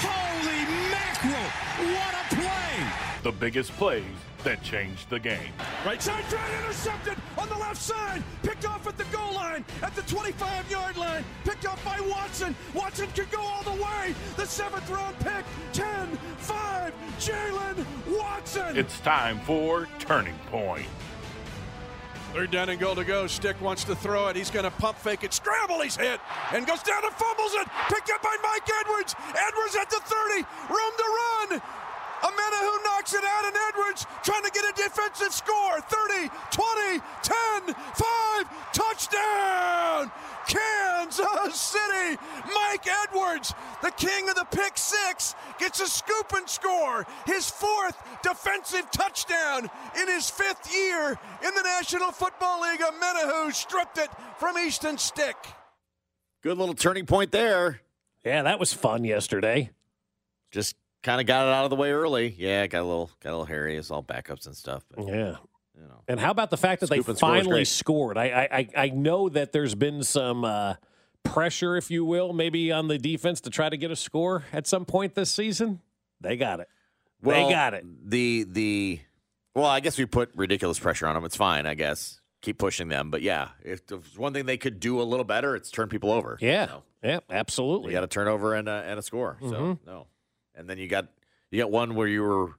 Holy mackerel! What a play! The biggest plays that changed the game. Right side drive intercepted on the left side. Picked off at the goal line at the 25 yard line. Picked up by Watson. Watson could go all the way. The seventh round pick. 10 5. Jalen Watson. It's time for Turning Point. Third down and goal to go. Stick wants to throw it. He's going to pump fake it. Scramble. He's hit and goes down and fumbles it. Picked up by Mike Edwards. Edwards at the 30. Room to run. Amena who knocks it out, and Edwards trying to get a defensive score. 30, 20, 10, 5, touchdown! Kansas City! Mike Edwards, the king of the pick six, gets a scoop and score. His fourth defensive touchdown in his fifth year in the National Football League. Amenahu stripped it from Easton Stick. Good little turning point there. Yeah, that was fun yesterday. Just kind of got it out of the way early. Yeah, got a little got a little hairy. It's all backups and stuff. But, Yeah. you know. And how about the fact that Scoop they and score was finally great. scored? I, I I- I know that there's been some uh, pressure, if you will, maybe on the defense to try to get a score at some point this season. They got it. Well, got it. The the well, I guess we put ridiculous pressure on them. It's fine, I guess. Keep pushing them, but yeah, if there's one thing they could do a little better, it's turn people over. Yeah. You, know? Yeah. You Absolutely. got a turnover and a, and a score. So Mm-hmm. no, and then you got you got one where you were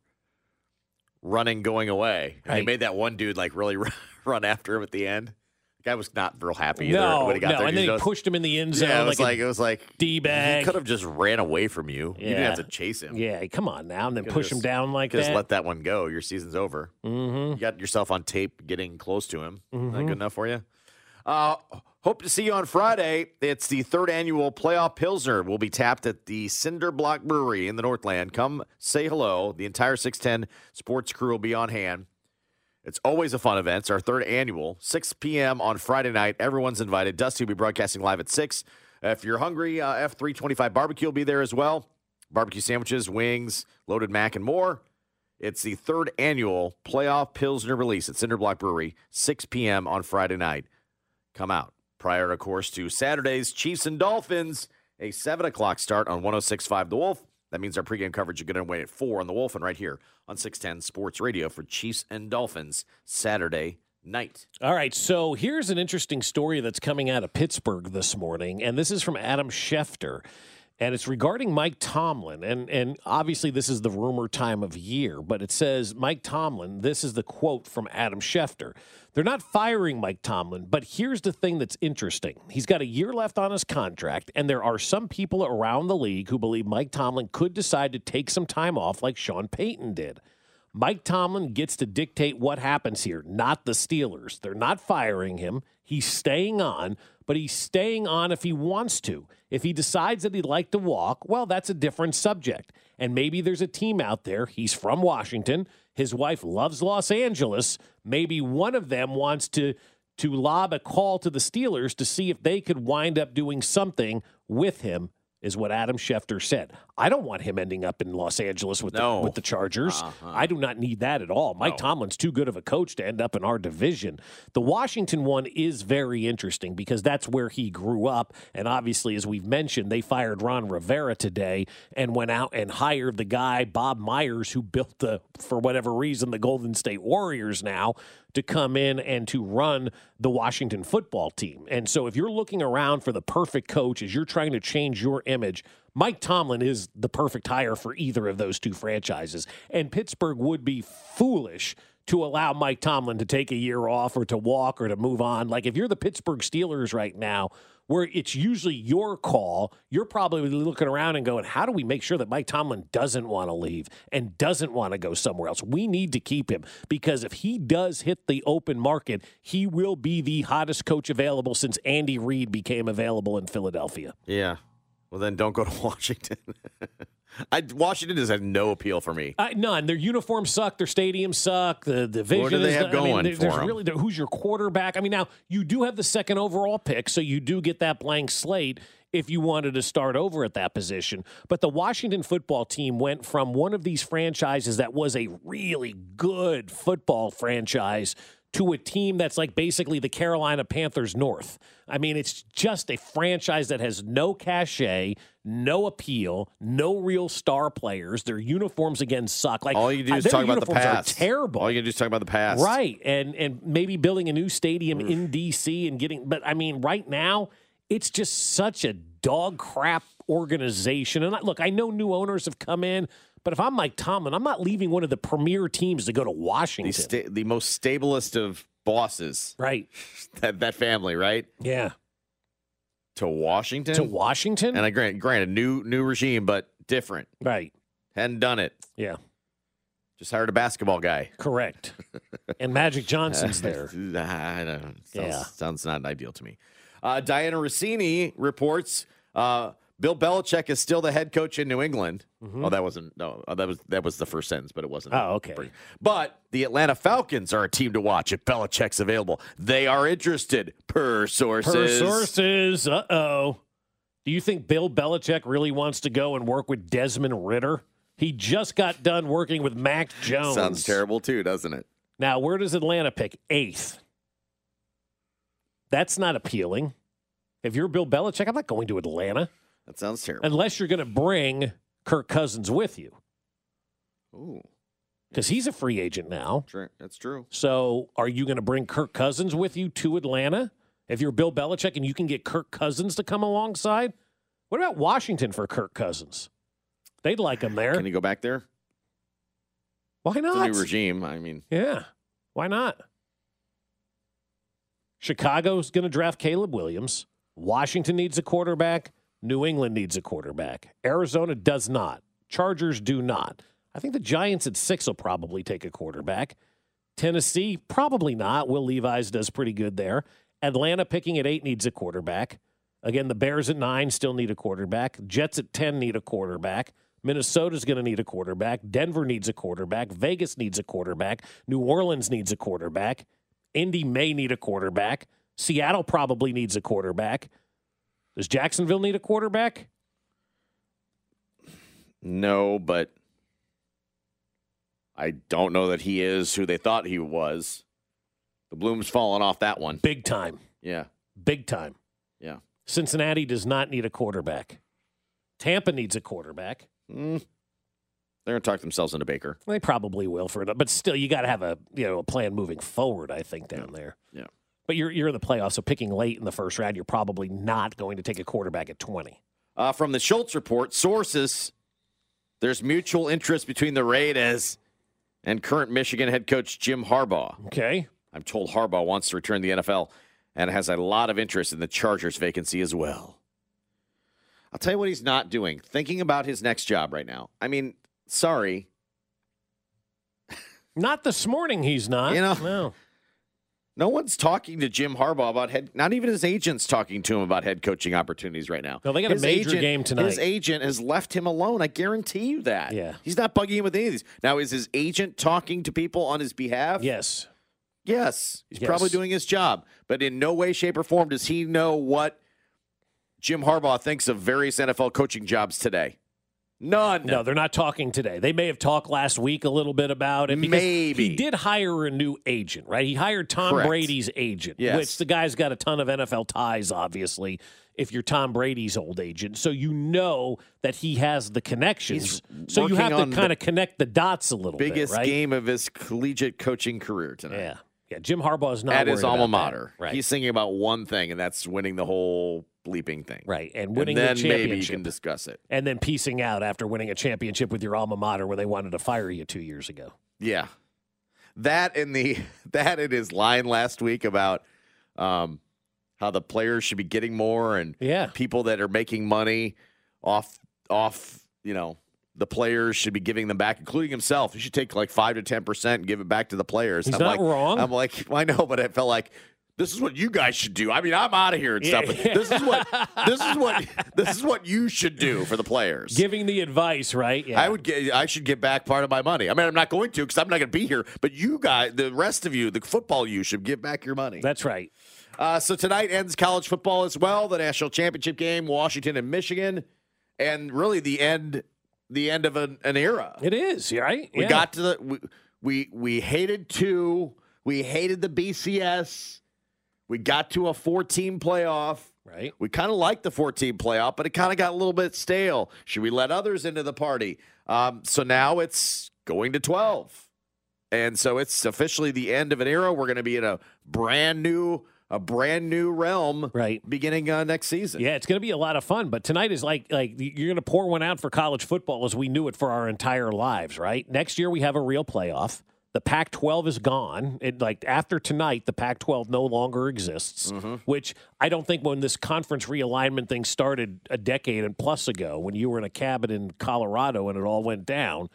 running going away. And Right. They made that one dude like really run, run after him at the end. The guy was not real happy either no, when he got no. there. and You then he noticed- pushed him in the end zone. Yeah, it was like, a- like, it was like D-bag. He could have just ran away from you. You Yeah. didn't have to chase him. yeah, come on now, and then Could've push him just- down like Just that. let that one go. Your season's over. mm-hmm. You got yourself on tape getting close to him. Is that good enough for you? Uh, hope to see you on Friday. It's the third annual Playoff Pilsner. We'll be tapped at the Cinder Block Brewery in the Northland. Come say hello. The entire 610 sports crew will be on hand. It's always a fun event. It's our third annual, 6 p.m. on Friday night. Everyone's invited. Dusty will be broadcasting live at 6. If you're hungry, uh, F325 Barbecue will be there as well. Barbecue sandwiches, wings, loaded mac, and more. It's the third annual Playoff Pilsner release at Cinderblock Brewery, 6 p.m. on Friday night. Come out. Prior, of course, to Saturday's Chiefs and Dolphins, a 7 o'clock start on 106.5 The Wolf. That means our pregame coverage is going to wait at 4 on The Wolf and right here on 610 Sports Radio for Chiefs and Dolphins Saturday night. All right, so here's an interesting story that's coming out of Pittsburgh this morning, and this is from Adam Schefter, and it's regarding Mike Tomlin, and and obviously this is the rumor time of year, but it says Mike Tomlin. This is the quote from Adam Schefter. They're not firing Mike Tomlin, but here's the thing that's interesting. He's got a year left on his contract, and there are some people around the league who believe Mike Tomlin could decide to take some time off, like Sean Payton did. Mike Tomlin gets to dictate what happens here, not the Steelers. They're not firing him. He's staying on, but he's staying on if he wants to. If he decides that he'd like to walk, well, that's a different subject. And maybe there's a team out there. He's from Washington. His wife loves Los Angeles. Maybe one of them wants to to lob a call to the Steelers to see if they could wind up doing something with him. Is what Adam Schefter said. I don't want him ending up in Los Angeles with No. the, with the Chargers. I do not need that at all. Mike Tomlin's too good of a coach to end up in our division. The Washington one is very interesting because that's where he grew up. And obviously, as we've mentioned, they fired Ron Rivera today and went out and hired the guy, Bob Myers, who built the, for whatever reason, the Golden State Warriors now to come in and to run the Washington football team. And so if you're looking around for the perfect coach as you're trying to change your image, Mike Tomlin is the perfect hire for either of those two franchises. And Pittsburgh would be foolish to allow Mike Tomlin to take a year off or to walk or to move on. Like if you're the Pittsburgh Steelers right now, where it's usually your call, you're probably looking around and going, how do we make sure that Mike Tomlin doesn't want to leave and doesn't want to go somewhere else? We need to keep him because if he does hit the open market, he will be the hottest coach available since Andy Reid became available in Philadelphia. Yeah. Well, then don't go to Washington. I, Washington has had no appeal for me. Uh, none. Their uniforms suck. Their stadiums suck. The division. What do they is- have I mean, going there- for there's 'em? really who's your quarterback. I mean, now you do have the second overall pick, so you do get that blank slate if you wanted to start over at that position. But the Washington football team went from one of these franchises that was a really good football franchise to a team that's like basically the Carolina Panthers North. I mean, it's just a franchise that has no cachet, no appeal, no real star players. Their uniforms again suck. Like All you do uh, is their talk about the uniforms are past. terrible. All you do is talk about the past. Right. And and maybe building a new stadium Mm. in DC and getting but I mean right now it's just such a dog crap organization. And I, look, I know new owners have come in, but if I'm Mike Tomlin, I'm not leaving one of the premier teams to go to The, Washington. sta- the most stablest of bosses, right. that, that family, right? Yeah. To Washington? To Washington? and I grant, granted, new new regime, but different. right. Hadn't done it. Yeah. Just hired a basketball guy. Uh, Correct. and Magic Johnson's there. I don't know. Sounds, Yeah. sounds not ideal to me. Uh, Diana Rossini reports uh, Bill Belichick is still the head coach in New England. Oh, that wasn't no, oh, that was that was the first sentence, but it wasn't. Mm-hmm. Oh, okay. But the Atlanta Falcons are a team to watch if Belichick's available. They are interested, per sources. Per sources. Uh oh. Do you think Bill Belichick really wants to go and work with Desmond Ritter? He just got done working with Mac Jones. Sounds terrible too, doesn't it? Now, where does Atlanta pick? Eighth. That's not appealing. If you're Bill Belichick, I'm not going to Atlanta That sounds terrible. unless you're going to bring Kirk Cousins with you Ooh, because he's a free agent now. true. That's true. So, are you going to bring Kirk Cousins with you to Atlanta? If you're Bill Belichick and you can get Kirk Cousins to come alongside, what about Washington for Kirk Cousins? They'd like him there. Can you go back there? Why It's not? a new regime. I mean, Yeah. Why not? Chicago's going to draft Caleb Williams. Washington needs a quarterback. New England needs a quarterback. Arizona does not. Chargers do not. I think the Giants at six will probably take a quarterback. Tennessee, probably not. Will Levi's does pretty good there. Atlanta picking at eight needs a quarterback. Again, the Bears at nine still need a quarterback. Jets at 10 need a quarterback. Minnesota's going to need a quarterback. Denver needs a quarterback. Vegas needs a quarterback. New Orleans needs a quarterback. Indy may need a quarterback. Seattle probably needs a quarterback. Does Jacksonville need a quarterback? No, but I don't know that he is who they thought he was. The bloom's fallen off that one. Big time. Yeah. Big time. Yeah. Cincinnati does not need a quarterback. Tampa needs a quarterback. Mm. They're going to talk themselves into Baker. They probably will for it, but still, you got to have a you know a plan moving forward. I think down there. Yeah. But you're you're in the playoffs, so picking late in the first round, you're probably not going to take a quarterback at twenty. Uh, from the Schultz report, sources there's mutual interest between the Raiders and current Michigan head coach Jim Harbaugh. Okay. I'm told Harbaugh wants to return to the NFL and has a lot of interest in the Chargers vacancy as well. I'll tell you what he's not doing. Thinking about his next job right now. I mean, sorry. Not this morning. He's not. You know- No. No one's talking to Jim Harbaugh about head. Not even his agent's talking to him about head coaching opportunities right now. No, they got a His major game tonight. His agent has left him alone. I guarantee you that. Yeah. he's not bugging him with any of these. Now, is his agent talking to people on his behalf? Yes. Yes, he's Yes. probably doing his job, but in no way, shape, or form does he know what Jim Harbaugh thinks of various NFL coaching jobs today. None. No, they're not talking today. They may have talked last week a little bit about it. because Maybe. he did hire a new agent, right? He hired Tom Correct. Brady's agent, Yes. which the guy's got a ton of NFL ties, obviously. If you're Tom Brady's old agent, so you know that he has the connections, so you working have on the to kind of connect the dots a little biggest bit, right? game of his collegiate coaching career tonight. Yeah, yeah. Jim Harbaugh's not at his worried alma about that. mater. right? He's thinking about one thing, and that's winning the whole bleeping thing. right, and winning and then the maybe you championship, can discuss it. and then piecing out after winning a championship with your alma mater when they wanted to fire you two years ago. Yeah, that and the that and his line last week about um, how the players should be getting more and Yeah. people that are making money off off you know the players should be giving them back, including himself. He should take like five to ten percent and give it back to the players. He's I'm like, not wrong. I'm like, I know, but I felt like this is what you guys should do. I mean, I'm out of here and stuff. But this is what this is what this is what you should do for the players. Giving the advice, right? Yeah. I would get. I should get back part of my money. I mean, I'm not going to because I'm not going to be here. But you guys, the rest of you, the football, you should give back your money. That's right. Uh, so tonight ends college football as well. The national championship game, Washington and Michigan, and really the end, the end of an, an era. It is, right? We Yeah. got to the we, we we hated two. We hated the BCS. We got to a four-team playoff. right. We kind of liked the 14 playoff, but it kind of got a little bit stale. Should we let others into the party? Um, so now it's going to 12. And so it's officially the end of an era. We're going to be in a brand new a brand new realm Right. beginning uh, next season. Yeah, it's going to be a lot of fun. But tonight is like like you're going to pour one out for college football as we knew it for our entire lives, right? Next year we have a real playoff. The Pac-12 is gone. It, like after tonight, the Pac-12 no longer exists. Mm-hmm. Which I don't think when this conference realignment thing started a decade and plus ago, when you were in a cabin in Colorado and it all went down,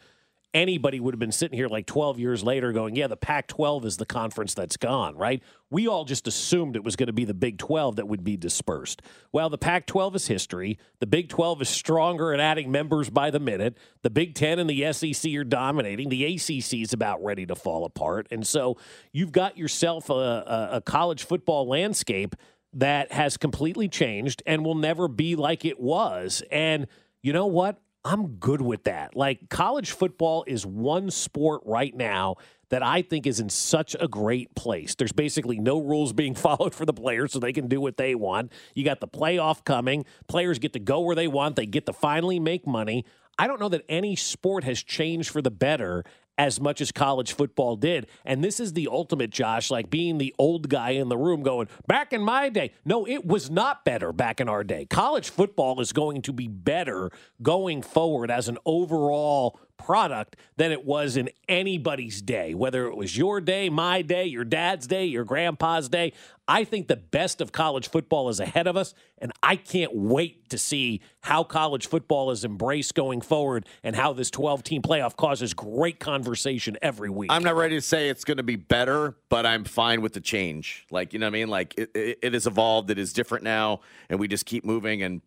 anybody would have been sitting here like 12 years later going, yeah, the Pac 12 is the conference that's gone, right? We all just assumed it was going to be the Big 12 that would be dispersed. Well, the Pac 12 is history. The Big 12 is stronger at adding members by the minute. The Big 10 and the SEC are dominating. The ACC is about ready to fall apart. And so you've got yourself a, a, a college football landscape that has completely changed and will never be like it was. And you know what? I'm good with that. Like college football is one sport right now that I think is in such a great place. There's basically no rules being followed for the players so they can do what they want. You got the playoff coming. Players get to go where they want. They get to finally make money. I don't know that any sport has changed for the better as much as college football did. And this is the ultimate, Josh, like being the old guy in the room going, back in my day. No, it was not better back in our day. College football is going to be better going forward as an overall product than it was in anybody's day, whether it was your day, my day, your dad's day, your grandpa's day. I think the best of college football is ahead of us, and I can't wait to see how college football is embraced going forward and how this 12 team playoff causes great conversation every week. I'm not ready to say it's going to be better, but I'm fine with the change. Like, you know what I mean? Like, it, it, it has evolved, it is different now, and we just keep moving. And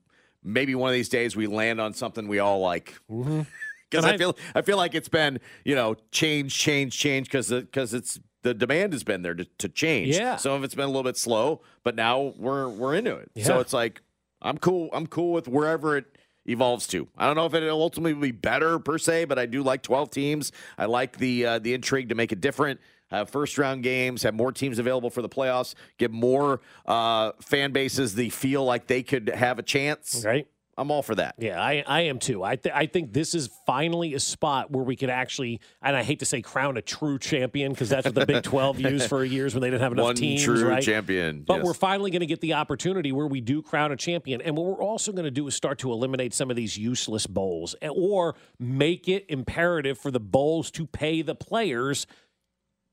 maybe one of these days we land on something we all like. Because Mm-hmm. I, I- feel, I feel like it's been, you know, change, change, change, because because it's the demand has been there to, to change. Yeah. Some of it's been a little bit slow, but now we're we're into it. Yeah. So it's like I'm cool. I'm cool with wherever it evolves to. I don't know if it'll ultimately be better per se, but I do like 12 teams. I like the uh, the intrigue to make it different. Have first round games. Have more teams available for the playoffs. Give more uh, fan bases the feel like they could have a chance. right? I'm all for that. Yeah, I, I am too. I, th- I think this is finally a spot where we could actually, and I hate to say crown a true champion because that's what the Big 12 used for years when they didn't have enough One teams. true right? champion. But Yes. we're finally going to get the opportunity where we do crown a champion. And what we're also going to do is start to eliminate some of these useless bowls and- or make it imperative for the bowls to pay the players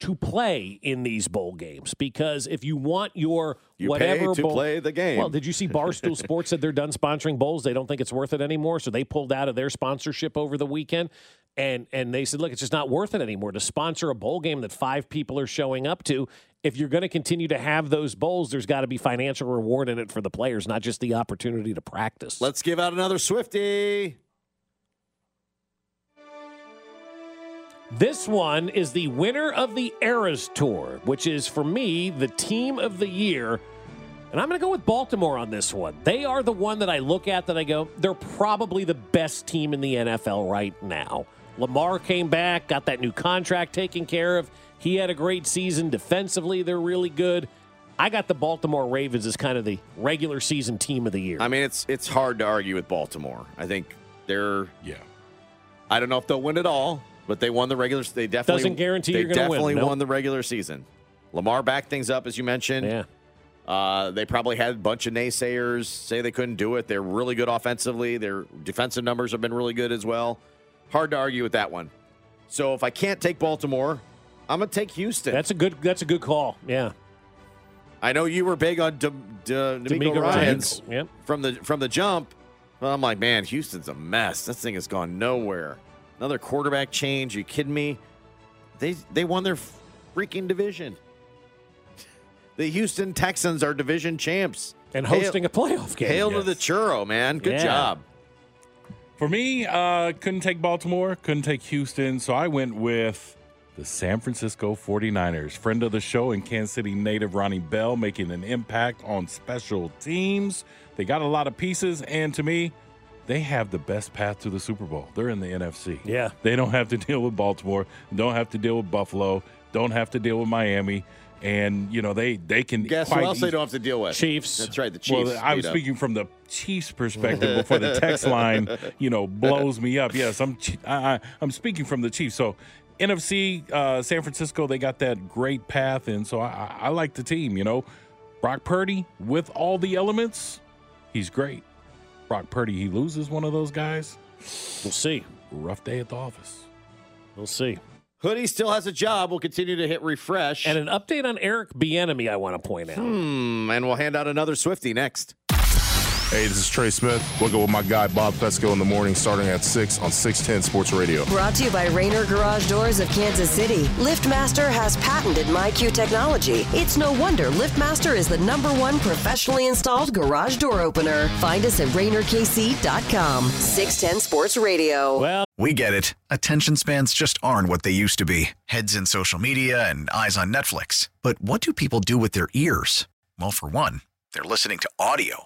to play in these bowl games. Because if you want your you whatever pay to bowl. play the game. Well, did you see Barstool Sports said they're done sponsoring bowls? They don't think it's worth it anymore, so they pulled out of their sponsorship over the weekend. And and they said, look, it's just not worth it anymore to sponsor a bowl game that five people are showing up to. If you're going to continue to have those bowls, there's got to be financial reward in it for the players, not just the opportunity to practice. Let's give out another Swifty. This one is the winner of the Eras Tour, which is for me the team of the year. And I'm going to go with Baltimore on this one. They are the one that I look at that I go, they're probably the best team in the NFL right now. Lamar came back, got that new contract taken care of. He had a great season. Defensively, they're really good. I got the Baltimore Ravens as kind of the regular season team of the year. I mean, it's it's hard to argue with Baltimore. I think they're. Yeah. I don't know if they'll win it all, but they won the regular. They definitely Doesn't guarantee They you're gonna win, definitely nope. won the regular season. Lamar backed things up as you mentioned. yeah. Uh, they probably had a bunch of naysayers say they couldn't do it. They're really good offensively. Their defensive numbers have been really good as well. Hard to argue with that one. So if I can't take Baltimore, I'm gonna take Houston. That's a good that's a good call. Yeah. I know you were big on D- D- D'Amico D'Amico Ryan's Ryan's, yep. from the from the jump. Well, I'm like, man, Houston's a mess. This thing has gone nowhere. Another quarterback change? you kidding me? They they won their freaking division. The Houston Texans are division champs and Hail- hosting a playoff game. Hail to the yes. churro, man! Good Yeah. job. For me, uh, couldn't take Baltimore, couldn't take Houston, so I went with the San Francisco 49ers. Friend of the show and Kansas City native Ronnie Bell making an impact on special teams. They got a lot of pieces, and to me, they have the best path to the Super Bowl. They're in the NFC. Yeah. They don't have to deal with Baltimore, don't have to deal with Buffalo, don't have to deal with Miami. And, you know, they they can Guess what quite else eas- they don't have to deal with? Chiefs. That's right, the Chiefs. well, I was Vito. speaking from the Chiefs' perspective before the text line, you know, blows me up. Yes, I'm. Ch- I, I, I'm speaking from the Chiefs. So, NFC, uh, San Francisco, they got that great path, and so I, I, I like the team. You know, Brock Purdy with all the elements, he's great. Brock Purdy, he loses one of those guys. We'll see. Rough day at the office. We'll see. Hoodie still has a job. We'll continue to hit refresh. And an update on Eric Bieniemy. I want to point out. Hmm, and we'll hand out another Swifty next. Hey, this is Trey Smith. We'll go with my guy Bob Fesco in the morning starting at 6 on 610 Sports Radio. Brought to you by Rainer Garage Doors of Kansas City. LiftMaster has patented MyQ technology. It's no wonder LiftMaster is the number one professionally installed garage door opener. Find us at RainerKC.com. 610 Sports Radio. Well, We get it. Attention spans just aren't what they used to be heads in social media and eyes on Netflix. But what do people do with their ears? Well, for one, they're listening to audio.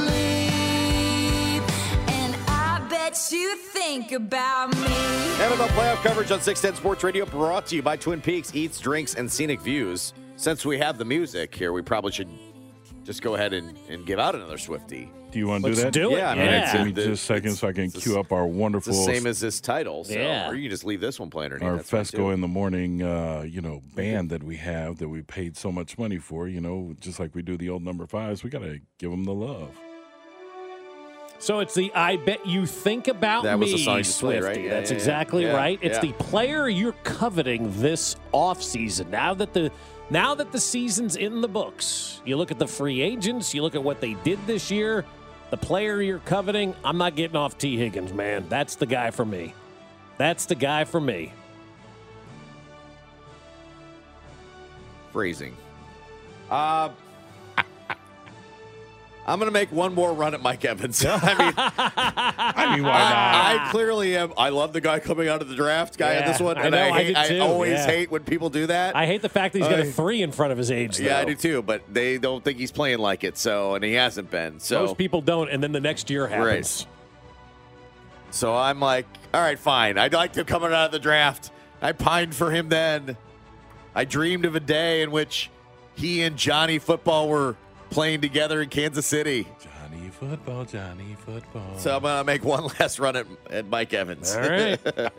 leave. And I bet you think about me. NFL playoff coverage on 610 Sports Radio brought to you by Twin Peaks Eats, Drinks, and Scenic Views. Since we have the music here, we probably should just go ahead and, and give out another Swifty. Do you want to do let's that? do it. Yeah, I mean, All right, it's give in me the- just a second so I can it's the s- queue up our It's the wonderful same as this title, so Yeah. or you just leave this one playing underneath. our That's fine, Fesco too. in the morning, uh, you know, band that we have that we paid so much money for, you know, just like we do the old number fives, we got to give them the love. So it's the I bet you think about That me. was the song you just played, Swiftie. right? Yeah, That's yeah, yeah. exactly Yeah, right. It's yeah. the player you're coveting this offseason. Now that the now that the season's in the books, you look at the free agents, you look at what they did this year. The player you're coveting, I'm not getting off T. Higgins, man. That's the guy for me. That's the guy for me. Phrasing. Uh, I'm going to make one more run at Mike Evans. I mean, I mean, why not? I, I clearly am. I love the guy coming out of the draft guy in Yeah, this one, I and know, I, I hate, did I, too, always yeah. hate when people do that. I hate the fact that he's got a I- three in front of his age. yeah, I though. do too. But they don't think he's playing like it. So, and he hasn't been. So, Most people don't, and then the next year happens. so I'm like, all right, fine. I liked him coming out of the draft. I pined for him then. I dreamed of a day in which he and Johnny Football were playing together in Kansas City. Johnny football, Johnny football. So I'm gonna make one last run at, at Mike Evans. All right. but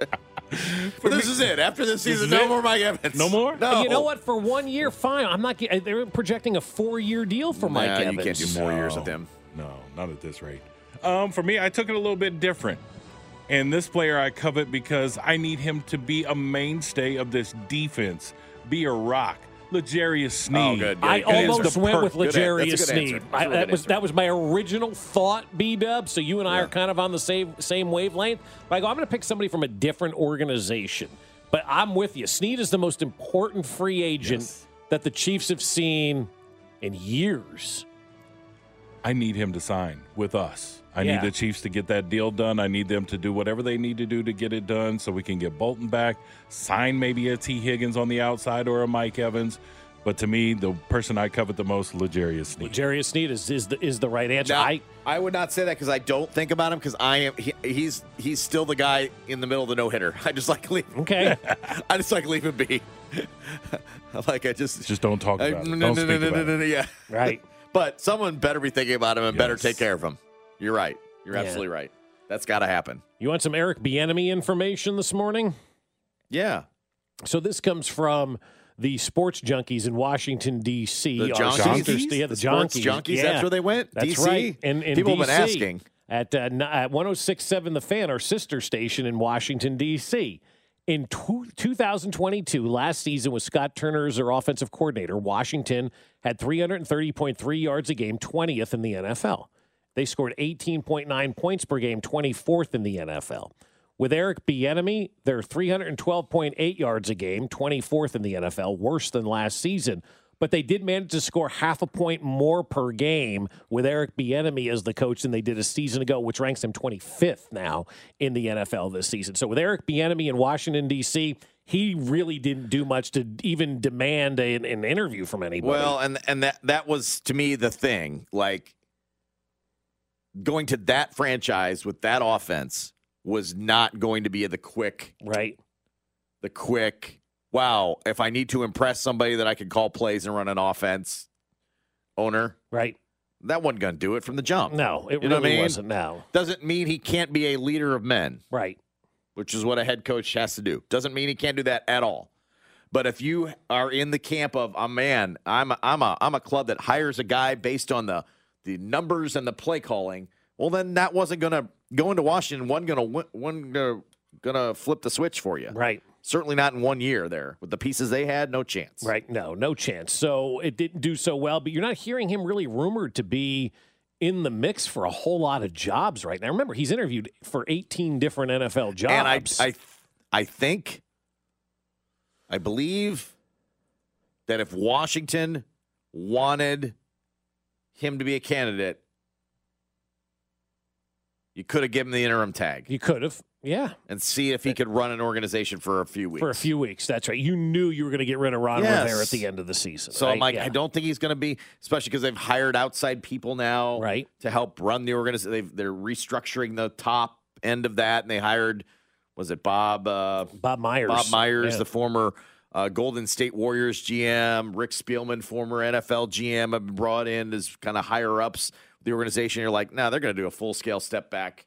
this is it. After this season, is no it. more Mike Evans. No more? No. You know what? For one year, fine. I'm not. get- They're projecting a four-year deal for Mike Nah, Evans. you can't do four years with him. No, not at this rate. Um, for me, I took it a little bit different. And this player I covet because I need him to be a mainstay of this defense, be a rock. Legarius Sneed. Oh, good, good. I answer. almost The went per- with good an- Legarius that's a good answer. Sneed. That's a I, really that good was answer. that was my original thought, B Dub. So you and I are kind of on the same same wavelength. But I go, I'm going to pick somebody from a different organization. But I'm with you. Sneed is the most important free agent that the Chiefs have seen in years. I need him to sign with us. I Yeah. need the Chiefs to get that deal done. I need them to do whatever they need to do to get it done so we can get Bolton back, sign maybe a T. Higgins on the outside or a Mike Evans. But to me, the person I covet the most, Legarius Sneed. Legarius Sneed is is the is the right answer. Now, I I, would not say that because I don't think about him because I am he, he's he's still the guy in the middle of the no hitter. I just like leave. okay. I just like leave him be. like I just Just don't talk I- about it. no, Don't no, speak no, no, about no, it. no, no, yeah. Right. But someone better be thinking about him and better Yes. take care of him. You're right. You're Yeah. absolutely right. That's got to happen. You want some Eric Bieniemy information this morning? Yeah. So this comes from the sports junkies in Washington D.C. The Our junkies? sister- E Yeah, the, sports junkies. junkies, Yeah. that's where they went? That's DC? right. And, and People have been DC, asking. At, uh, n- at 1067 The Fan, our sister station in Washington, D.C. In tw 2022, last season with Scott Turner as their offensive coordinator, Washington had 330.3 yards a game, 20th in the NFL. They scored 18.9 points per game, 24th in the NFL. With Eric Bieniemy, they're 312.8 yards a game, 24th in the NFL, worse than last season. But they did manage to score half a point more per game with Eric Bieniemy as the coach than they did a season ago, which ranks them 25th now in the NFL this season. So with Eric Bieniemy in Washington D.C., he really didn't do much to even demand a- an interview from anybody. Well, and and that that was to me the thing. Like going to that franchise with that offense was not going to be the quick right? the quick wow, if I need to impress somebody that I can call plays and run an offense owner, Right? that wasn't going to do it from the jump. No, it You know what I really mean? wasn't now. Doesn't mean he can't be a leader of men. Right. which is what a head coach has to do. Doesn't mean he can't do that at all. But if you are in the camp of a man, I'm a, I'm a I'm a club that hires a guy based on the the numbers and the play calling. Well, then that wasn't gonna go into Washington. One gonna win- one gonna gonna flip the switch for you. Right. Certainly not in one year there with the pieces they had. No chance. Right. No, no chance. So it didn't do so well, but you're not hearing him really rumored to be in the mix for a whole lot of jobs right now. Remember, he's interviewed for 18 different NFL And I jobs. I I think I believe that if Washington wanted him to be a candidate, you could have given him the interim tag you could have. Yeah. and see if he could run an organization for a few weeks. For a few weeks. That's right. You knew you were going to get rid of Ron Yes. Rivera at the end of the season. So right? I'm like, Yeah. I don't think he's going to be, especially because they've hired outside people now Right. to help run the organization. They've, they're restructuring the top end of that, and they hired, was it Bob? Uh, Bob Myers. Bob Myers, Yeah. the former uh, Golden State Warriors GM, Rick Spielman, former NFL GM, have been brought in as kind of higher ups the organization. You're like, no, they're going to do a full scale step back,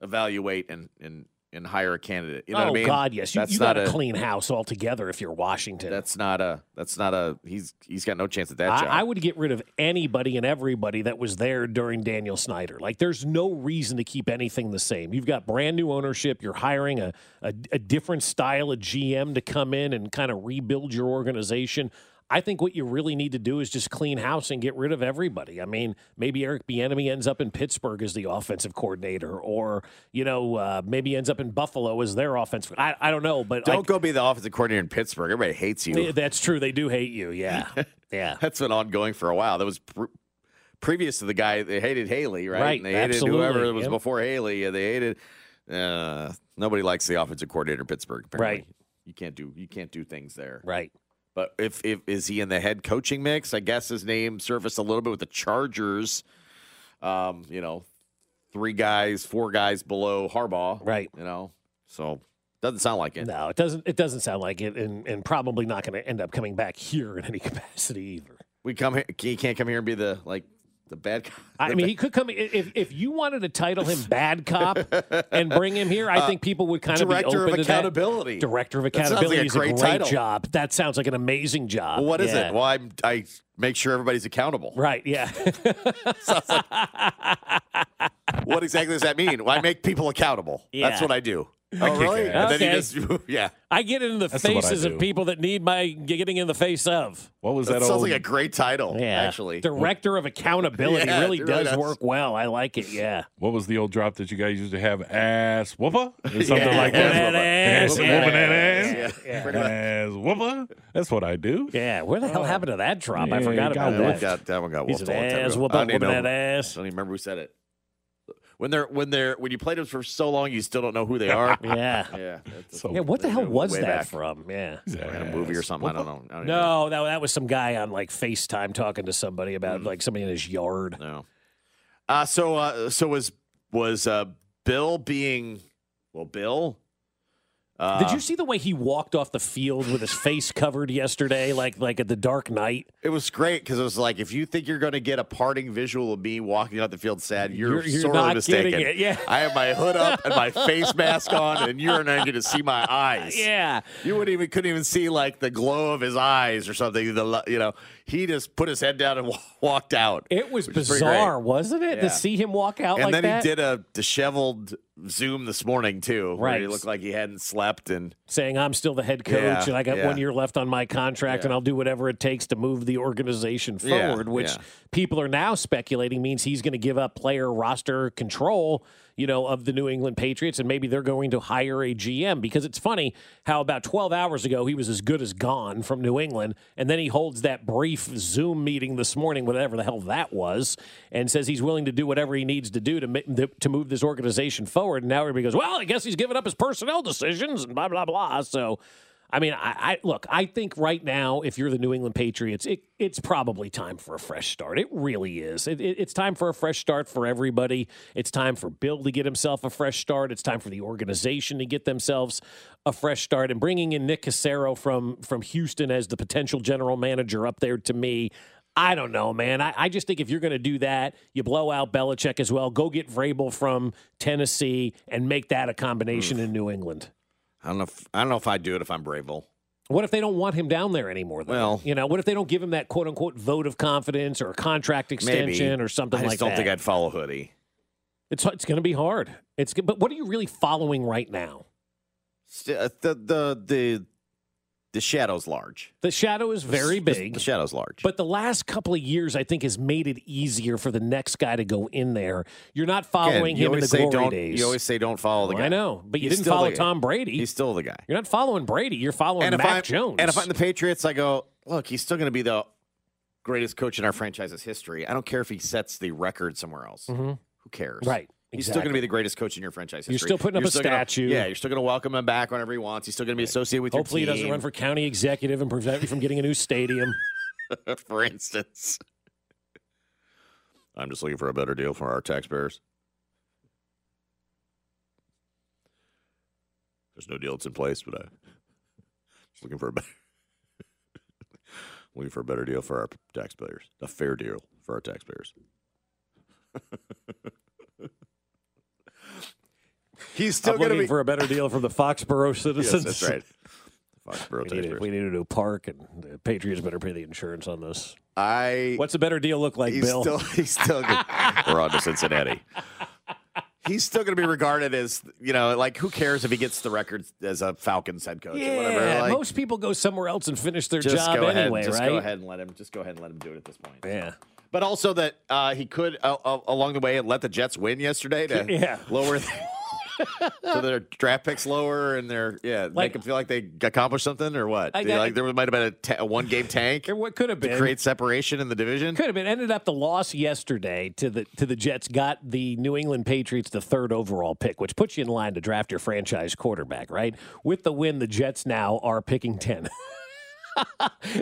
evaluate, and and and hire a candidate. You know oh, what I mean? God, yes. You, That's you not got to a- clean house altogether if you're Washington. That's not a. That's not a. He's he's got no chance at that job. I, I would get rid of anybody and everybody that was there during Daniel Snyder. Like, there's no reason to keep anything the same. You've got brand new ownership. You're hiring a, a, a different style of GM to come in and kind of rebuild your organization. I think what you really need to do is just clean house and get rid of everybody. I mean, maybe Eric Bieniemy ends up in Pittsburgh as the offensive coordinator, or you know, uh, maybe ends up in Buffalo as their offensive. I, I don't know, but Don't like, go be the offensive coordinator in Pittsburgh. Everybody hates you. th- that's true. They do hate you. Yeah, yeah. That's been ongoing for a while. That was pr previous to the guy. They hated Haley, right? Right, And they hated absolutely, whoever it was yep. before Haley. and They hated. Uh, nobody likes the offensive coordinator in Pittsburgh. Apparently. Right. You can't do you can't do things there. Right. But if if is he in the head coaching mix? I guess his name surfaced a little bit with the Chargers. Um, you know, three guys, four guys below Harbaugh. Right. You know, so doesn't sound like it. No, it doesn't. It doesn't sound like it, and, and probably not going to end up coming back here in any capacity either. We come here. He can't come here and be the like the bad guy. I the mean, he could come if if you wanted to title him bad cop and bring him here. I think people would kind of be open Uh, director of to accountability. That. Director of That sounds like a accountability is great a great title. job. That sounds like an amazing job. Well, what is Yeah. it? Well, I'm, I make sure everybody's accountable. Right? Yeah. What exactly does that mean? Well, I make people accountable. That's Yeah. what I do. Oh, really? And ass. then he Okay. just, yeah. I get in the That's what I faces do. of people that need my getting in the face of. What was That that, sounds old? like a great title, actually. director of accountability Yeah, really it really does does. work well. I like it. Yeah. what was the old drop that you guys used to have? Ass whooper or something like Whooping that. that ass, Ass yeah. whooping that ass. Yeah. Pretty much. Ass whooper. That's what I do. Yeah. Where the hell happened to that drop? I Yeah, forgot you got That about one that. Oh. got, that one got He's whooped an a long time ass ago. I whoop don't even whooping know- that ass. I don't even remember who said it. When they're when they're when you played them for so long, you still don't know who they are. Yeah. yeah, that's So Yeah, what the They hell go was way that back. from? Yeah. a random movie or something. I don't know. I don't even know. Mm. No, that, that was some guy on like FaceTime talking to somebody about like somebody in his yard. No. Uh, so uh, so was was uh, Bill being well Bill Did you see the way he walked off the field with his face covered yesterday, like like at the Dark Knight? It was great because it was like, if you think you're going to get a parting visual of me walking out the field sad, you're, You're- you're sorely not mistaken. getting it, yeah. I have my hood up and my face mask on, and you're not going to see my eyes. Yeah, You wouldn't even couldn't even see like the glow of his eyes or something. The lo- you know he just put his head down and wa- walked out. it was which is pretty bizarre, great. wasn't it? Yeah. To see him walk out And like then that, he did a disheveled Zoom this morning too, where he Right. looked like he hadn't slept and saying, "I'm still the head coach, Yeah, and I got yeah. one year left on my contract, and I'll do whatever it takes to move the organization Yeah, forward." Which yeah. people are now speculating means he's going to give up player roster control, you know, of the New England Patriots, and maybe they're going to hire a GM because it's funny how about 12 hours ago he was as good as gone from New England, and then he holds that brief Zoom meeting this morning, whatever the hell that was, and says he's willing to do whatever he needs to do to ma- th- to move this organization forward. And now everybody goes, "Well, I guess he's giving up his personnel decisions and blah blah blah." So. I mean, I, I look. I think right now, if you're the New England Patriots, it, it's probably time for a fresh start. It really is. It, it- it's time for a fresh start for everybody. It's time for Bill to get himself a fresh start. It's time for the organization to get themselves a fresh start. And bringing in Nick Casero from from Houston as the potential general manager up there, to me, I don't know, man. I, I just think if you're going to do that, you blow out Belichick as well. Go get Vrabel from Tennessee and make that a combination in New England. I don't know. If, I don't know if I'd do it if I'm Bravel. What if they don't want him down there anymore? Though? Well- you know, what if they don't give him that quote unquote vote of confidence or a contract Maybe extension or something I just like don't that? think I'd follow Hoodie. It's it's going to be hard. It's g- but what are you really following right now? St- uh, the the the the shadow's large. The shadow is very The- big. The, shadow's large. But the last couple of years, I think, has made it easier for the next guy to go in there. You're not Again, following you him in always the say glory don't- days. You always say don't follow the guy. I know, but you He's didn't still follow the- Tom Brady. He's still the guy. You're not following Brady. You're following if Mac I'm, Jones. And if I'm the Patriots, I go, look, he's still going to be the greatest coach in our franchise's history. I don't care if he sets the record somewhere else. Who cares? Mm-hmm. right, He's still going to exactly. be the greatest coach in your franchise history. You're still putting up a still gonna- statue. yeah, you're still going to welcome him back whenever he wants. He's still going to be associated with Hopefully, he your team. doesn't run for county executive and prevent you from getting a new stadium. for for instance. I'm just looking for a better deal for our taxpayers. There's no deal that's in place, but I'm just looking for a better looking for a better deal for our taxpayers. A fair deal for our taxpayers. He's still I'm going to looking be for a better deal from the Foxborough Yes, citizens. that's right. Foxborough We need, a, taxpayers. we need a new park, and the Patriots better pay the insurance on this. I What's a better deal look like, he's Bill? still he's still good. we're on to Cincinnati. He's still going to be regarded as you know, like who cares if he gets the record as a Falcons head coach yeah, or whatever. Like, most people go somewhere else and finish their just job go ahead, anyway, just right? go ahead and let him just go ahead and let him do it at this point. Yeah. But also that uh, he could uh, uh, along the way and let the Jets win yesterday to Yeah. lower. so their draft picks lower and their yeah Like- make them feel like they accomplished something or what? I Do you got- like there might have been a, ta- a one game tank Or to what could have been create separation in the division. could have been ended up the loss yesterday to the to the Jets got the New England Patriots the third overall pick, which puts you in line to draft your franchise quarterback, right? With the win, the Jets now are picking ten.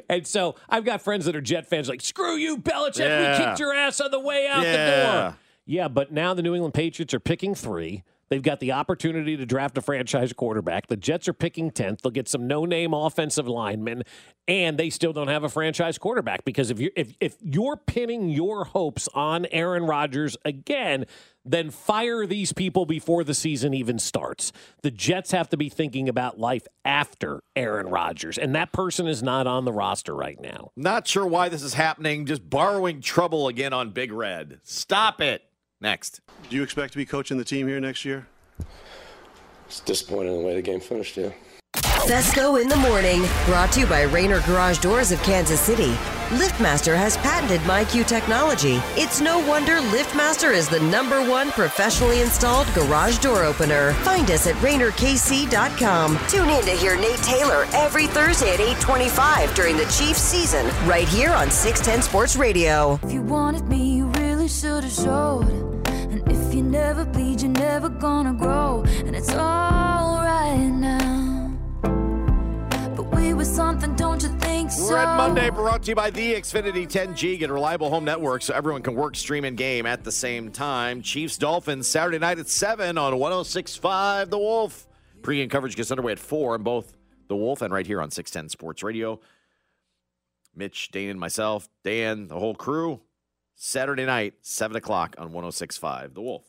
and so I've got friends that are Jet fans like, screw you, Belichick, we Yeah. kicked your ass on the way out the Yeah. door. Yeah, but now the New England Patriots are picking three. They've got the opportunity to draft a franchise quarterback. The Jets are picking 10th. They'll get some no-name offensive linemen, and they still don't have a franchise quarterback because if you if if you're pinning your hopes on Aaron Rodgers again, then fire these people before the season even starts. The Jets have to be thinking about life after Aaron Rodgers, and that person is not on the roster right now. Not sure why this is happening. Just borrowing trouble again on Big Red. Stop it. Next. Do you expect to be coaching the team here next year? It's disappointing the way the game finished, yeah. Fesco in the morning, brought to you by Rainer Garage Doors of Kansas City. LiftMaster has patented MyQ technology. It's no wonder LiftMaster is the number one professionally installed garage door opener. Find us at RainerKC.com. Tune in to hear Nate Taylor every Thursday at 825 during the Chiefs season, right here on 610 Sports Radio. If you wanted me, you really should have showed. And if you never bleed, you're never gonna grow. And it's alright now. But we were something, don't you think so? Red Monday brought to you by the Xfinity 10G. Get a reliable home network so everyone can work, stream, and game at oh the same time. Chiefs Dolphins Saturday night at 7 on 1065 The Wolf. Pre-game coverage gets underway at four, and both the Wolf and right here on 610 Sports Radio. Mitch, Dan, myself, Dan, the whole crew. Saturday night, 7 o'clock on 1065, The Wolf.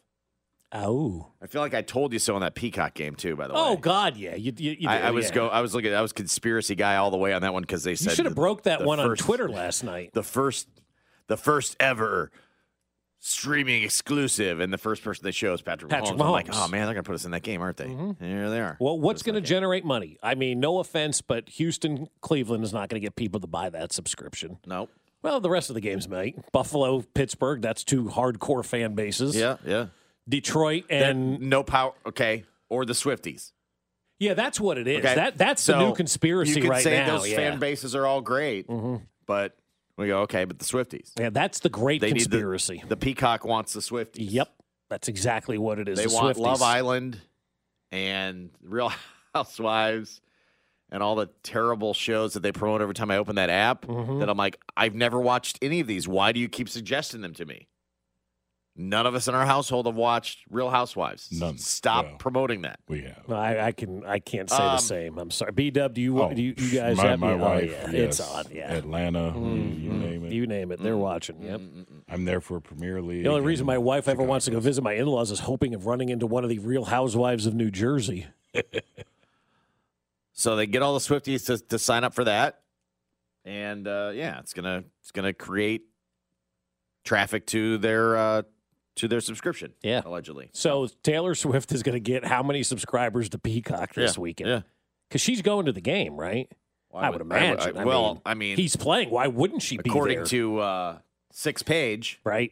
Oh. I feel like I told you so on that Peacock game, too, by the way. Oh God, yeah. You, you, you I, did, Oh, I was yeah. go. I was looking. I was conspiracy guy all the way on that one because they said You should have the- broke that the one on first- Twitter last night. The first, the first ever streaming exclusive, and the first person they show is Patrick, Patrick Mahomes. I'm like, Mahomes. Mm-hmm. oh man, they're gonna put us in that game, aren't they? Here they are. Well, what's going to generate money? I mean, no offense, but Houston, Cleveland is not going to get people to buy that subscription. Nope. Well, the rest of the games might. Buffalo, Pittsburgh, that's two hardcore fan bases. Yeah, yeah. Detroit and no power. Okay, or the Swifties. yeah, that's what it is. Okay, That that's the so new conspiracy You can right say now. those yeah. Mm-hmm. fan bases are all great, but we go okay, but the Swifties. yeah, that's the great They need the- conspiracy. The Peacock wants the Swifties. yep, that's exactly what it is. They the want Love Swifties. Island and Real Housewives and all the terrible shows that they promote every time I open that app. Mm-hmm. That I'm like, I've never watched any of these. Why do you keep suggesting them to me? None of us in our household have watched Real Housewives. None. Stop Well. promoting that. We have. No, I, I can I can't say the Um, same. I'm sorry. B Dub, do you Oh, want do you, you guys my, have my me? wife. oh, yeah, yes. it's on. Yeah, Atlanta. You, you name it. Mm-hmm. you name it, they're Mm-hmm. watching. Yep. I'm there for Premier League. The only reason and- my wife ever wants to go visit my in laws is hoping of running into one of the real housewives of New Jersey. So they get all the Swifties to, to sign up for that, and uh, yeah, it's gonna it's gonna create traffic to their uh, to their subscription. Yeah. allegedly. So Taylor Swift is going to get how many subscribers to Peacock this Yeah, weekend? yeah. Because she's going to the game, right? Well, I would imagine. I well, mean, I mean, He's playing. Why wouldn't she be according there, to uh, Six Page, right?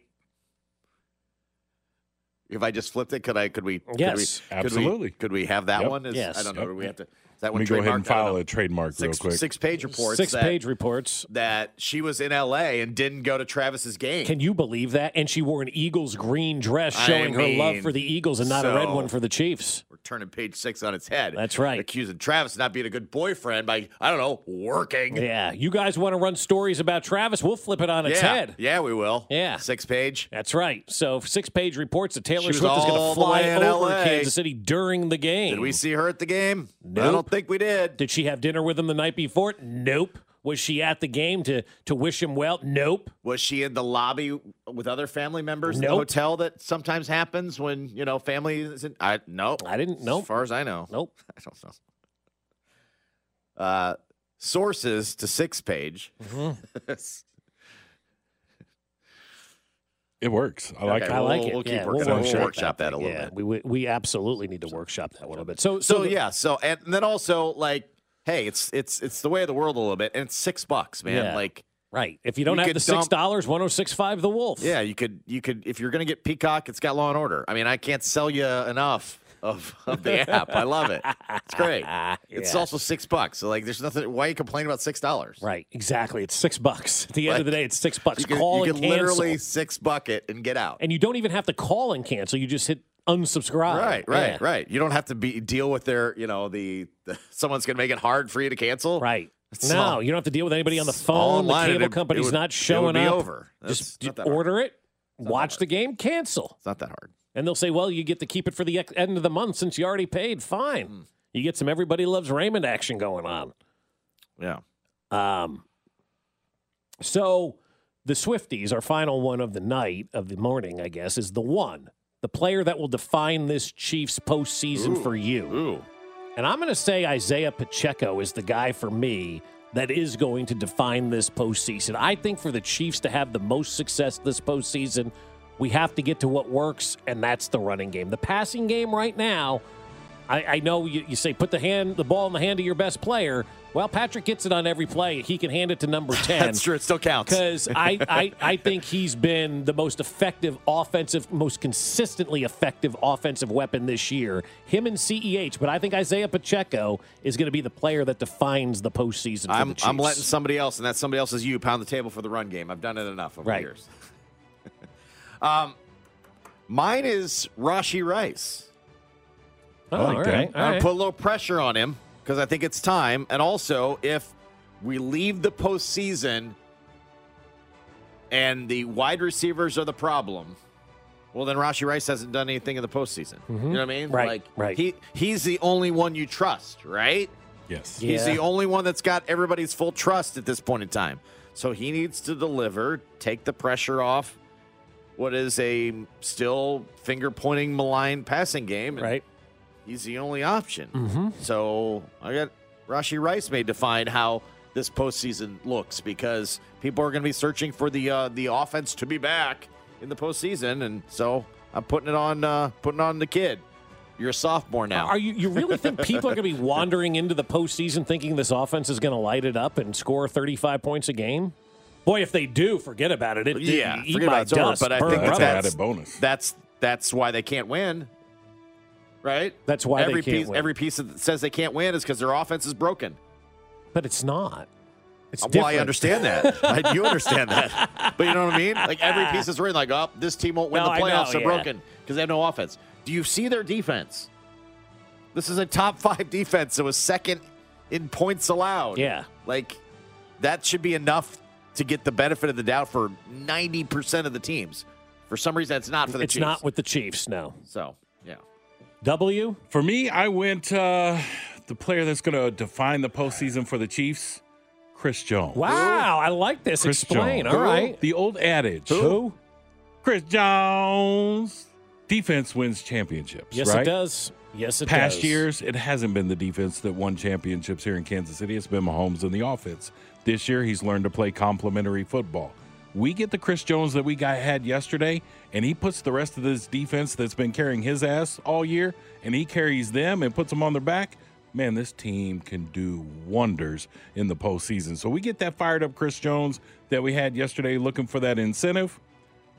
if I just flipped it, could I? Could we? Yes. could we- Absolutely. Could we, have that Yep. one? Is- Yes. I don't know. Yep. Do we have to? Is that Let one me go ahead and trademarked? I don't file know. a trademark Six, real quick. six Page reports Six that, page reports. that she was in L.A. and didn't go to Travis's game. Can you believe that? And she wore an Eagles green dress, I showing her love mean, for the Eagles and not a red so- one for the Chiefs. We're turning page six on its head. That's right. Accusing Travis of not being a good boyfriend by I don't know working. Yeah, you guys want to run stories about Travis? We'll flip it on its yeah. head. Yeah, we will. Yeah. Six Page. That's right. So six page reports that Taylor She was Swift is going all to the fly way in over LA. Kansas City during the game. Did we see her at the game? I Nope. don't think we did. Did she have dinner with him the night before? Nope. Was she at the game to to wish him well? Nope. Was she in the lobby with other family members in the Nope. hotel that sometimes happens when, you know, family isn't? I, no. I didn't- As nope. far as I know. Nope. I don't know. Uh, sources to six page. Mm-hmm. It works. I like Okay, I it. we'll- like it. we'll keep yeah, working on it. We'll that workshop that a thing. little yeah, bit. We, we we absolutely need to workshop that one a little bit. So So the- yeah, so and then also like, hey, it's it's it's the way of the world a little bit, and it's six bucks, man. Yeah. Like, right. If you don't You have could the six dump- dollars, one oh six five the wolf. yeah, you could you could if you're gonna get Peacock, it's got Law and Order. I mean, I can't sell you enough of, of the app. I love it. It's great. It's Yeah. also six bucks. So like, there's nothing. Why you complain about six dollars? Right, exactly. It's six bucks. At the end of Like, the day, it's six bucks. You can, call you and can cancel. literally six bucket and get out. and you don't even have to call and cancel. You just hit unsubscribe. Right, right, Yeah. right. You don't have to be deal with their, you know, the, the someone's gonna make it hard for you to cancel. Right. It's no, all- you don't have to deal with anybody on the it's phone. The online, cable it'd- it company's would- it not would showing be up. over. That's Just not that hard. order it, watch the game, cancel. It's not that hard. And they'll say, well, you get to keep it for the ex- end of the month since you already paid. Fine. Hmm. You get some Everybody Loves Raymond action going on. Yeah. Um, so the Swifties, our final one of the night, of the morning, I guess, is the one, the player that will define this Chiefs postseason for you. Ooh. And I'm going to say Isaiah Pacheco is the guy for me that is going to define this postseason. I think for the Chiefs to have the most success this postseason, we have to get to what works, and that's the running game. The passing game right now, I, I know you, you say put the hand, the ball in the hand of your best player. Well, Patrick gets it on every play. He can hand it to number ten. That's true. It still counts. Because I, I, I think he's been the most effective offensive, most consistently effective offensive weapon this year. Him and CEH, but I think Isaiah Pacheco is going to be the player that defines the postseason. For I'm the I'm Chiefs. letting somebody else, and that somebody else is you, pound the table for the run game. I've done it enough over Right. the years. um, mine is Rashi Rice. Oh, I like all that. right, all I'm right. gonna put a little pressure on him because I think it's time. And also, if we leave the postseason and the wide receivers are the problem, Well, then Rashi Rice hasn't done anything in the postseason. You know what I mean? Mm-hmm. Right, Like, right. He he's the only one you trust, right? Yes. He's Yeah. the only one that's got everybody's full trust at this point in time. So he needs to deliver, take the pressure off what is a still finger pointing, malign passing game. and Right. Mm-hmm. He's the only option. So I got Rashi Rice may define how this postseason looks because people are going to be searching for the uh, the offense to be back in the postseason, and so I'm putting it on uh, putting on the kid. You're a sophomore now. Are you you really think people are going to be wandering into the postseason thinking this offense is going to light it up and score 35 points a game? Boy, if they do, forget about it. it Yeah, eat forget my about it. It's over, dust, but I burn think That's rubber. an that's- added bonus. that's that's why they can't win, right? That's why they every can't piece win. every piece that says they can't win is because their offense is broken. but it's not. It's well, different. I understand that. I do understand that, but you know what I mean. Like every piece is written like, oh, this team won't win No, I the know, playoffs. They're yeah. broken because they have no offense. Do you see their defense? This is a top five defense that was second in points allowed. Yeah. like that should be enough to get the benefit of the doubt for ninety percent of the teams. For some reason, that's not for the It's Chiefs. not with the Chiefs. No. so yeah. W. For me, I went uh, the player that's going to define the postseason for the Chiefs, Chris Jones. Wow, I like this. Chris Explain. Jones. All right. The old adage. Who? Chris Jones. Defense wins championships. Yes, right? it does. Yes, it Past does. years, it hasn't been the defense that won championships here in Kansas City. It's been Mahomes and the offense. This year, he's learned to play complementary football. We get the Chris Jones that we got had yesterday, and he puts the rest of this defense that's been carrying his ass all year, and he carries them and puts them on their back. Man, this team can do wonders in the postseason. So we get that fired up Chris Jones that we had yesterday, looking for that incentive.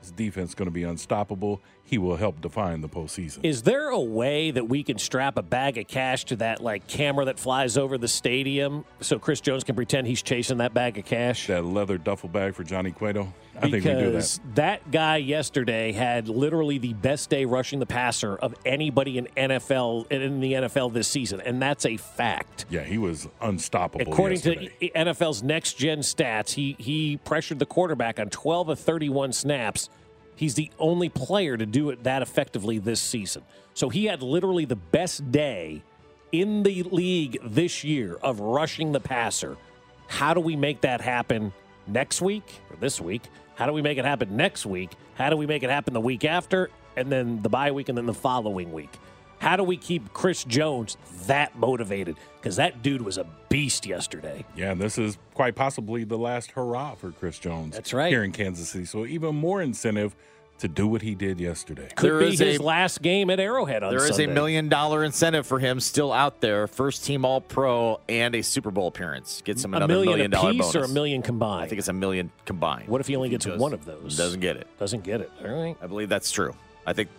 His defense going to be unstoppable. He will help define the postseason. Is there a way that we can strap a bag of cash to that like camera that flies over the stadium so Chris Jones can pretend he's chasing that bag of cash? that leather duffel bag for Johnny Cueto. I think because we do that. that guy yesterday had literally the best day rushing the passer of anybody in NFL in the NFL this season, and that's a fact. Yeah, he was unstoppable. According yesterday. to NFL's next gen stats, he he pressured the quarterback on 12 of 31 snaps. He's the only player to do it that effectively this season. So he had literally the best day in the league this year of rushing the passer. How do we make that happen next week or this week? How do we make it happen next week? How do we make it happen the week after? And then the bye week and then the following week. How do we keep Chris Jones that motivated? Because that dude was a beast yesterday. yeah, and this is quite possibly the last hurrah for Chris Jones. That's right. Here in Kansas City, so even more incentive to do what he did yesterday. Could There be is his a- last game at Arrowhead on There is Sunday. a million dollar incentive for him still out there. First team All Pro and a Super Bowl appearance gets him a another million million dollar apiece bonus. or a million combined. I think it's a million combined. What if he only gets does- one of those? Doesn't get it. Doesn't get it. All right. I believe that's true. I think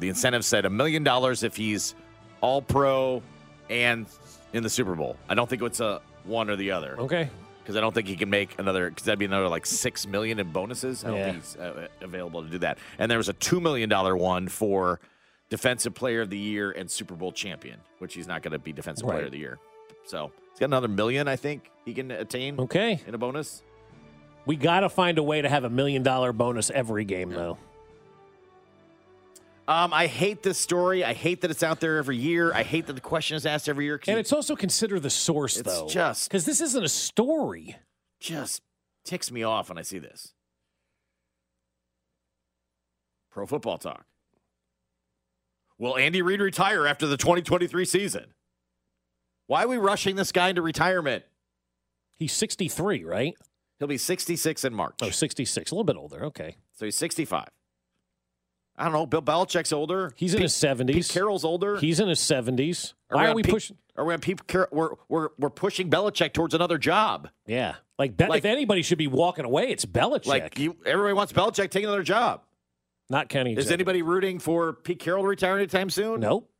the incentive said a million dollars if he's All Pro and in the Super Bowl. I don't think it's a one or the other Okay. because I don't think he can make another because that'd be another like six million in bonuses. I don't Yeah. think he's uh, available to do that. And there was a two million dollar one for defensive player of the year and Super Bowl champion, which he's not going to be defensive player Right. of the year. So he's got another million, I think he can attain Okay. in a bonus. We got to find a way to have a million dollar bonus every game, though. Um, I hate this story. I hate that it's out there every year. I hate that the question is asked every year. 'cause And it it's also consider the source, It's though. just- because this isn't a story. just ticks me off when I see this. Pro Football Talk. Will Andy Reid retire after the 2023 season? Why are we rushing this guy into retirement? He's 63, right? He'll be 66 in March. Oh, 66. A little bit older. Okay. So he's 65. I don't know. Bill Belichick's older. He's in his 70s. Pete Carroll's older. He's in his 70s. Are Why on are we Pete- pushing? Are we on Pete Carroll? We're, we're, we're pushing Belichick towards another job. Yeah. Like, Be- Like- if anybody should be walking away, it's Belichick. Like you, everybody wants Belichick taking another job. not counting. Is anybody rooting for Pete Carroll to retire anytime soon? Nope.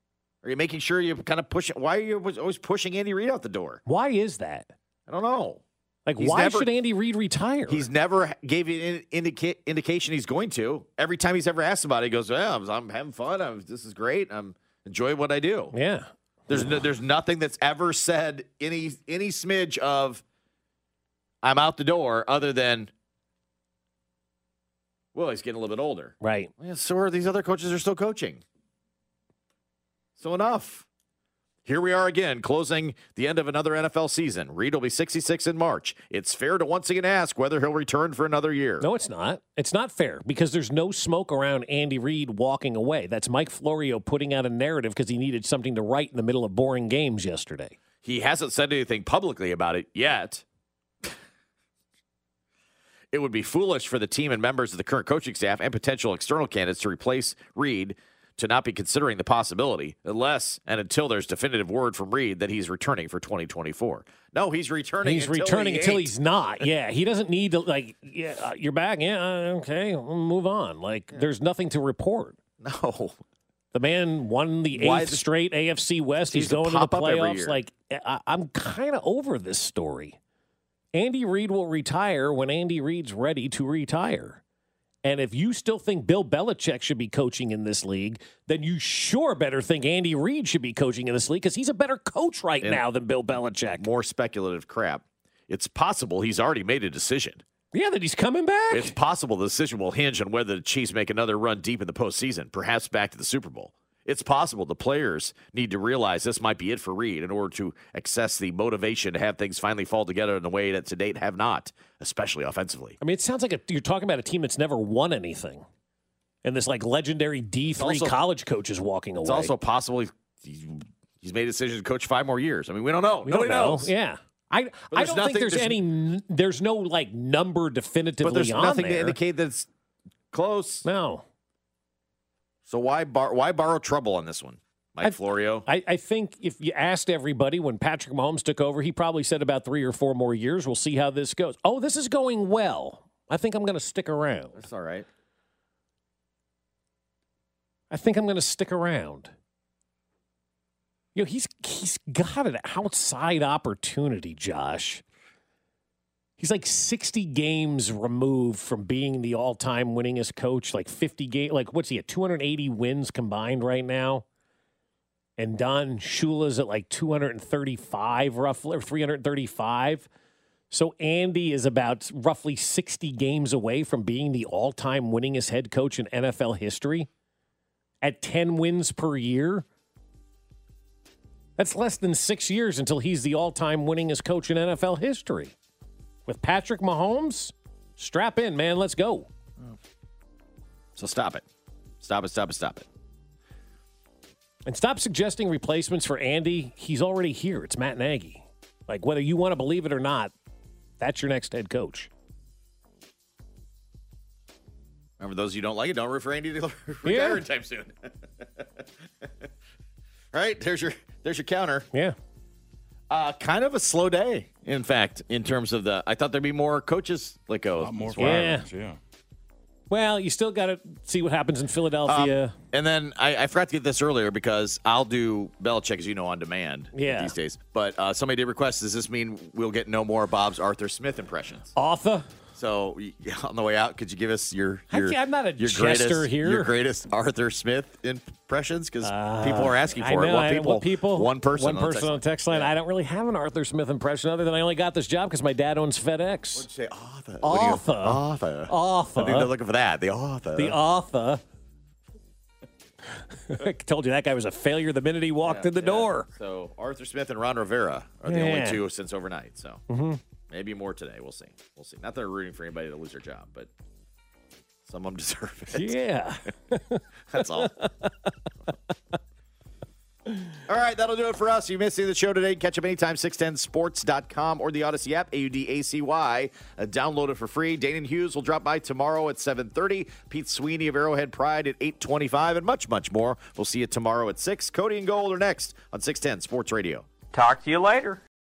Are you making sure you kind of push it? Why are you always- always pushing Andy Reid out the door? Why is that? I don't know. Like, He's why never- should Andy Reid retire? He's never gave you an indica- indication he's going to. Every time he's ever asked about it, he goes, "Yeah, I'm, I'm having fun. I'm, this is great. I'm enjoying what I do." yeah. There's no, there's nothing that's ever said any any smidge of I'm out the door other than Well, he's getting a little bit older. Right. Yeah, so are these other coaches are still coaching. So enough. Here we are again, closing the end of another NFL season. Reed will be 66 in March. It's fair to once again ask whether he'll return for another year. No, it's not. It's not fair because there's no smoke around Andy Reid walking away. That's Mike Florio putting out a narrative because he needed something to write in the middle of boring games yesterday. He hasn't said anything publicly about it yet. it would be foolish for the team and members of the current coaching staff and potential external candidates to replace Reed to not be considering the possibility, unless and until there's definitive word from Reed that he's returning for 2024. No, he's returning. He's until returning he until ain't. he's not. Yeah, he doesn't need to like. Yeah, uh, you're back. Yeah, uh, okay, we'll move on. Like, there's nothing to report. No, The man won the Why eighth is it- straight AFC West. Seems He's to going to the pop up every playoffs. year. Like, I, I'm kind of over this story. Andy Reid will retire when Andy Reid's ready to retire. And if you still think Bill Belichick should be coaching in this league, then you sure better think Andy Reid should be coaching in this league because he's a better coach right And- now than Bill Belichick. more speculative crap. It's possible he's already made a decision. Yeah, that he's coming back. It's possible the decision will hinge on whether the Chiefs make another run deep in the postseason, perhaps back to the Super Bowl. It's possible the players need to realize this might be it for Reed in order to access the motivation to have things finally fall together in a way that to date have not, especially offensively. I mean, it sounds like a, you're talking about a team that's never won anything, and this like legendary D three also- college coach is walking away. It's also possible he's, he's made a decision to coach five more years. I mean, we don't know. We Nobody don't know. knows. Yeah. I, I there's don't think nothing- there's, there's- any n- there's no like number definitively But there's on nothing to there. indicate that it's close. no. So why bar- why borrow trouble on this one, Mike I- Florio? I, I think if you asked everybody when Patrick Mahomes took over, he probably said about three or four more years. We'll see how this goes. Oh, this is going well. I think I'm going to stick around. That's all right. I think I'm going to stick around. You know, he's he's got an outside opportunity, Josh. He's like 60 games removed from being the all-time winningest coach, like 50 game like what's he at 280 wins combined right now? And Don Shula's at like 235 roughly or 335. So Andy is about roughly 60 games away from being the all-time winningest head coach in NFL history at 10 wins per year. That's less than six years until he's the all time winningest coach in NFL history. With Patrick Mahomes, strap in, man. Let's go. So stop it. Stop it, stop it, stop it. And stop suggesting replacements for Andy. He's already here. It's Matt Nagy. Like, whether you want to believe it or not, that's your next head coach. Remember, those you don't like it, don't root for Andy to Yeah. retire anytime soon. All right, there's your there's your counter. Yeah. Uh, kind of a slow day, in fact, in terms of the. I thought there'd be more coaches let go. lot more Yeah. fireworks, yeah. Well, you still got to see what happens in Philadelphia. And then I, I forgot to get this earlier because I'll do Belichick, as you know, on demand Yeah. these days. But uh, somebody did request. Does this mean we'll get no more Bob's Arthur Smith impressions? Arthur. So y- yeah, on the way out, could you give us your? I your can't- I'm not a your jester greatest, here. Uh, Your greatest Arthur Smith impressions, because people are asking for I know, it. What I- people? What people? One person. One on the person text on line. the text line. I don't really have an Arthur Smith impression other than I only got this job because my dad owns FedEx. Say author. Arthur. Author. I think they're Arthur. looking for that. uh, The author. The Arthur. I told you that guy was a failure the minute he walked in the door. So Arthur Smith and Ron Rivera are the Yeah. only two since overnight. So Mm-hmm. maybe more today. We'll see. We'll see. Not that they're rooting for anybody to lose their job, but some of them deserve it. Yeah. That's all. all right, that'll do it for us. You missed any of the show today. Catch up anytime, 610sports.com or the Odyssey app, A-U-D-A-C-Y. Uh, download it for free. Dane and Hughes will drop by tomorrow at 7.30. Pete Sweeney of Arrowhead Pride at 8.25 and much, much more. We'll see you tomorrow at 6. Cody and Gold are next on 610 Sports Radio. Talk to you later.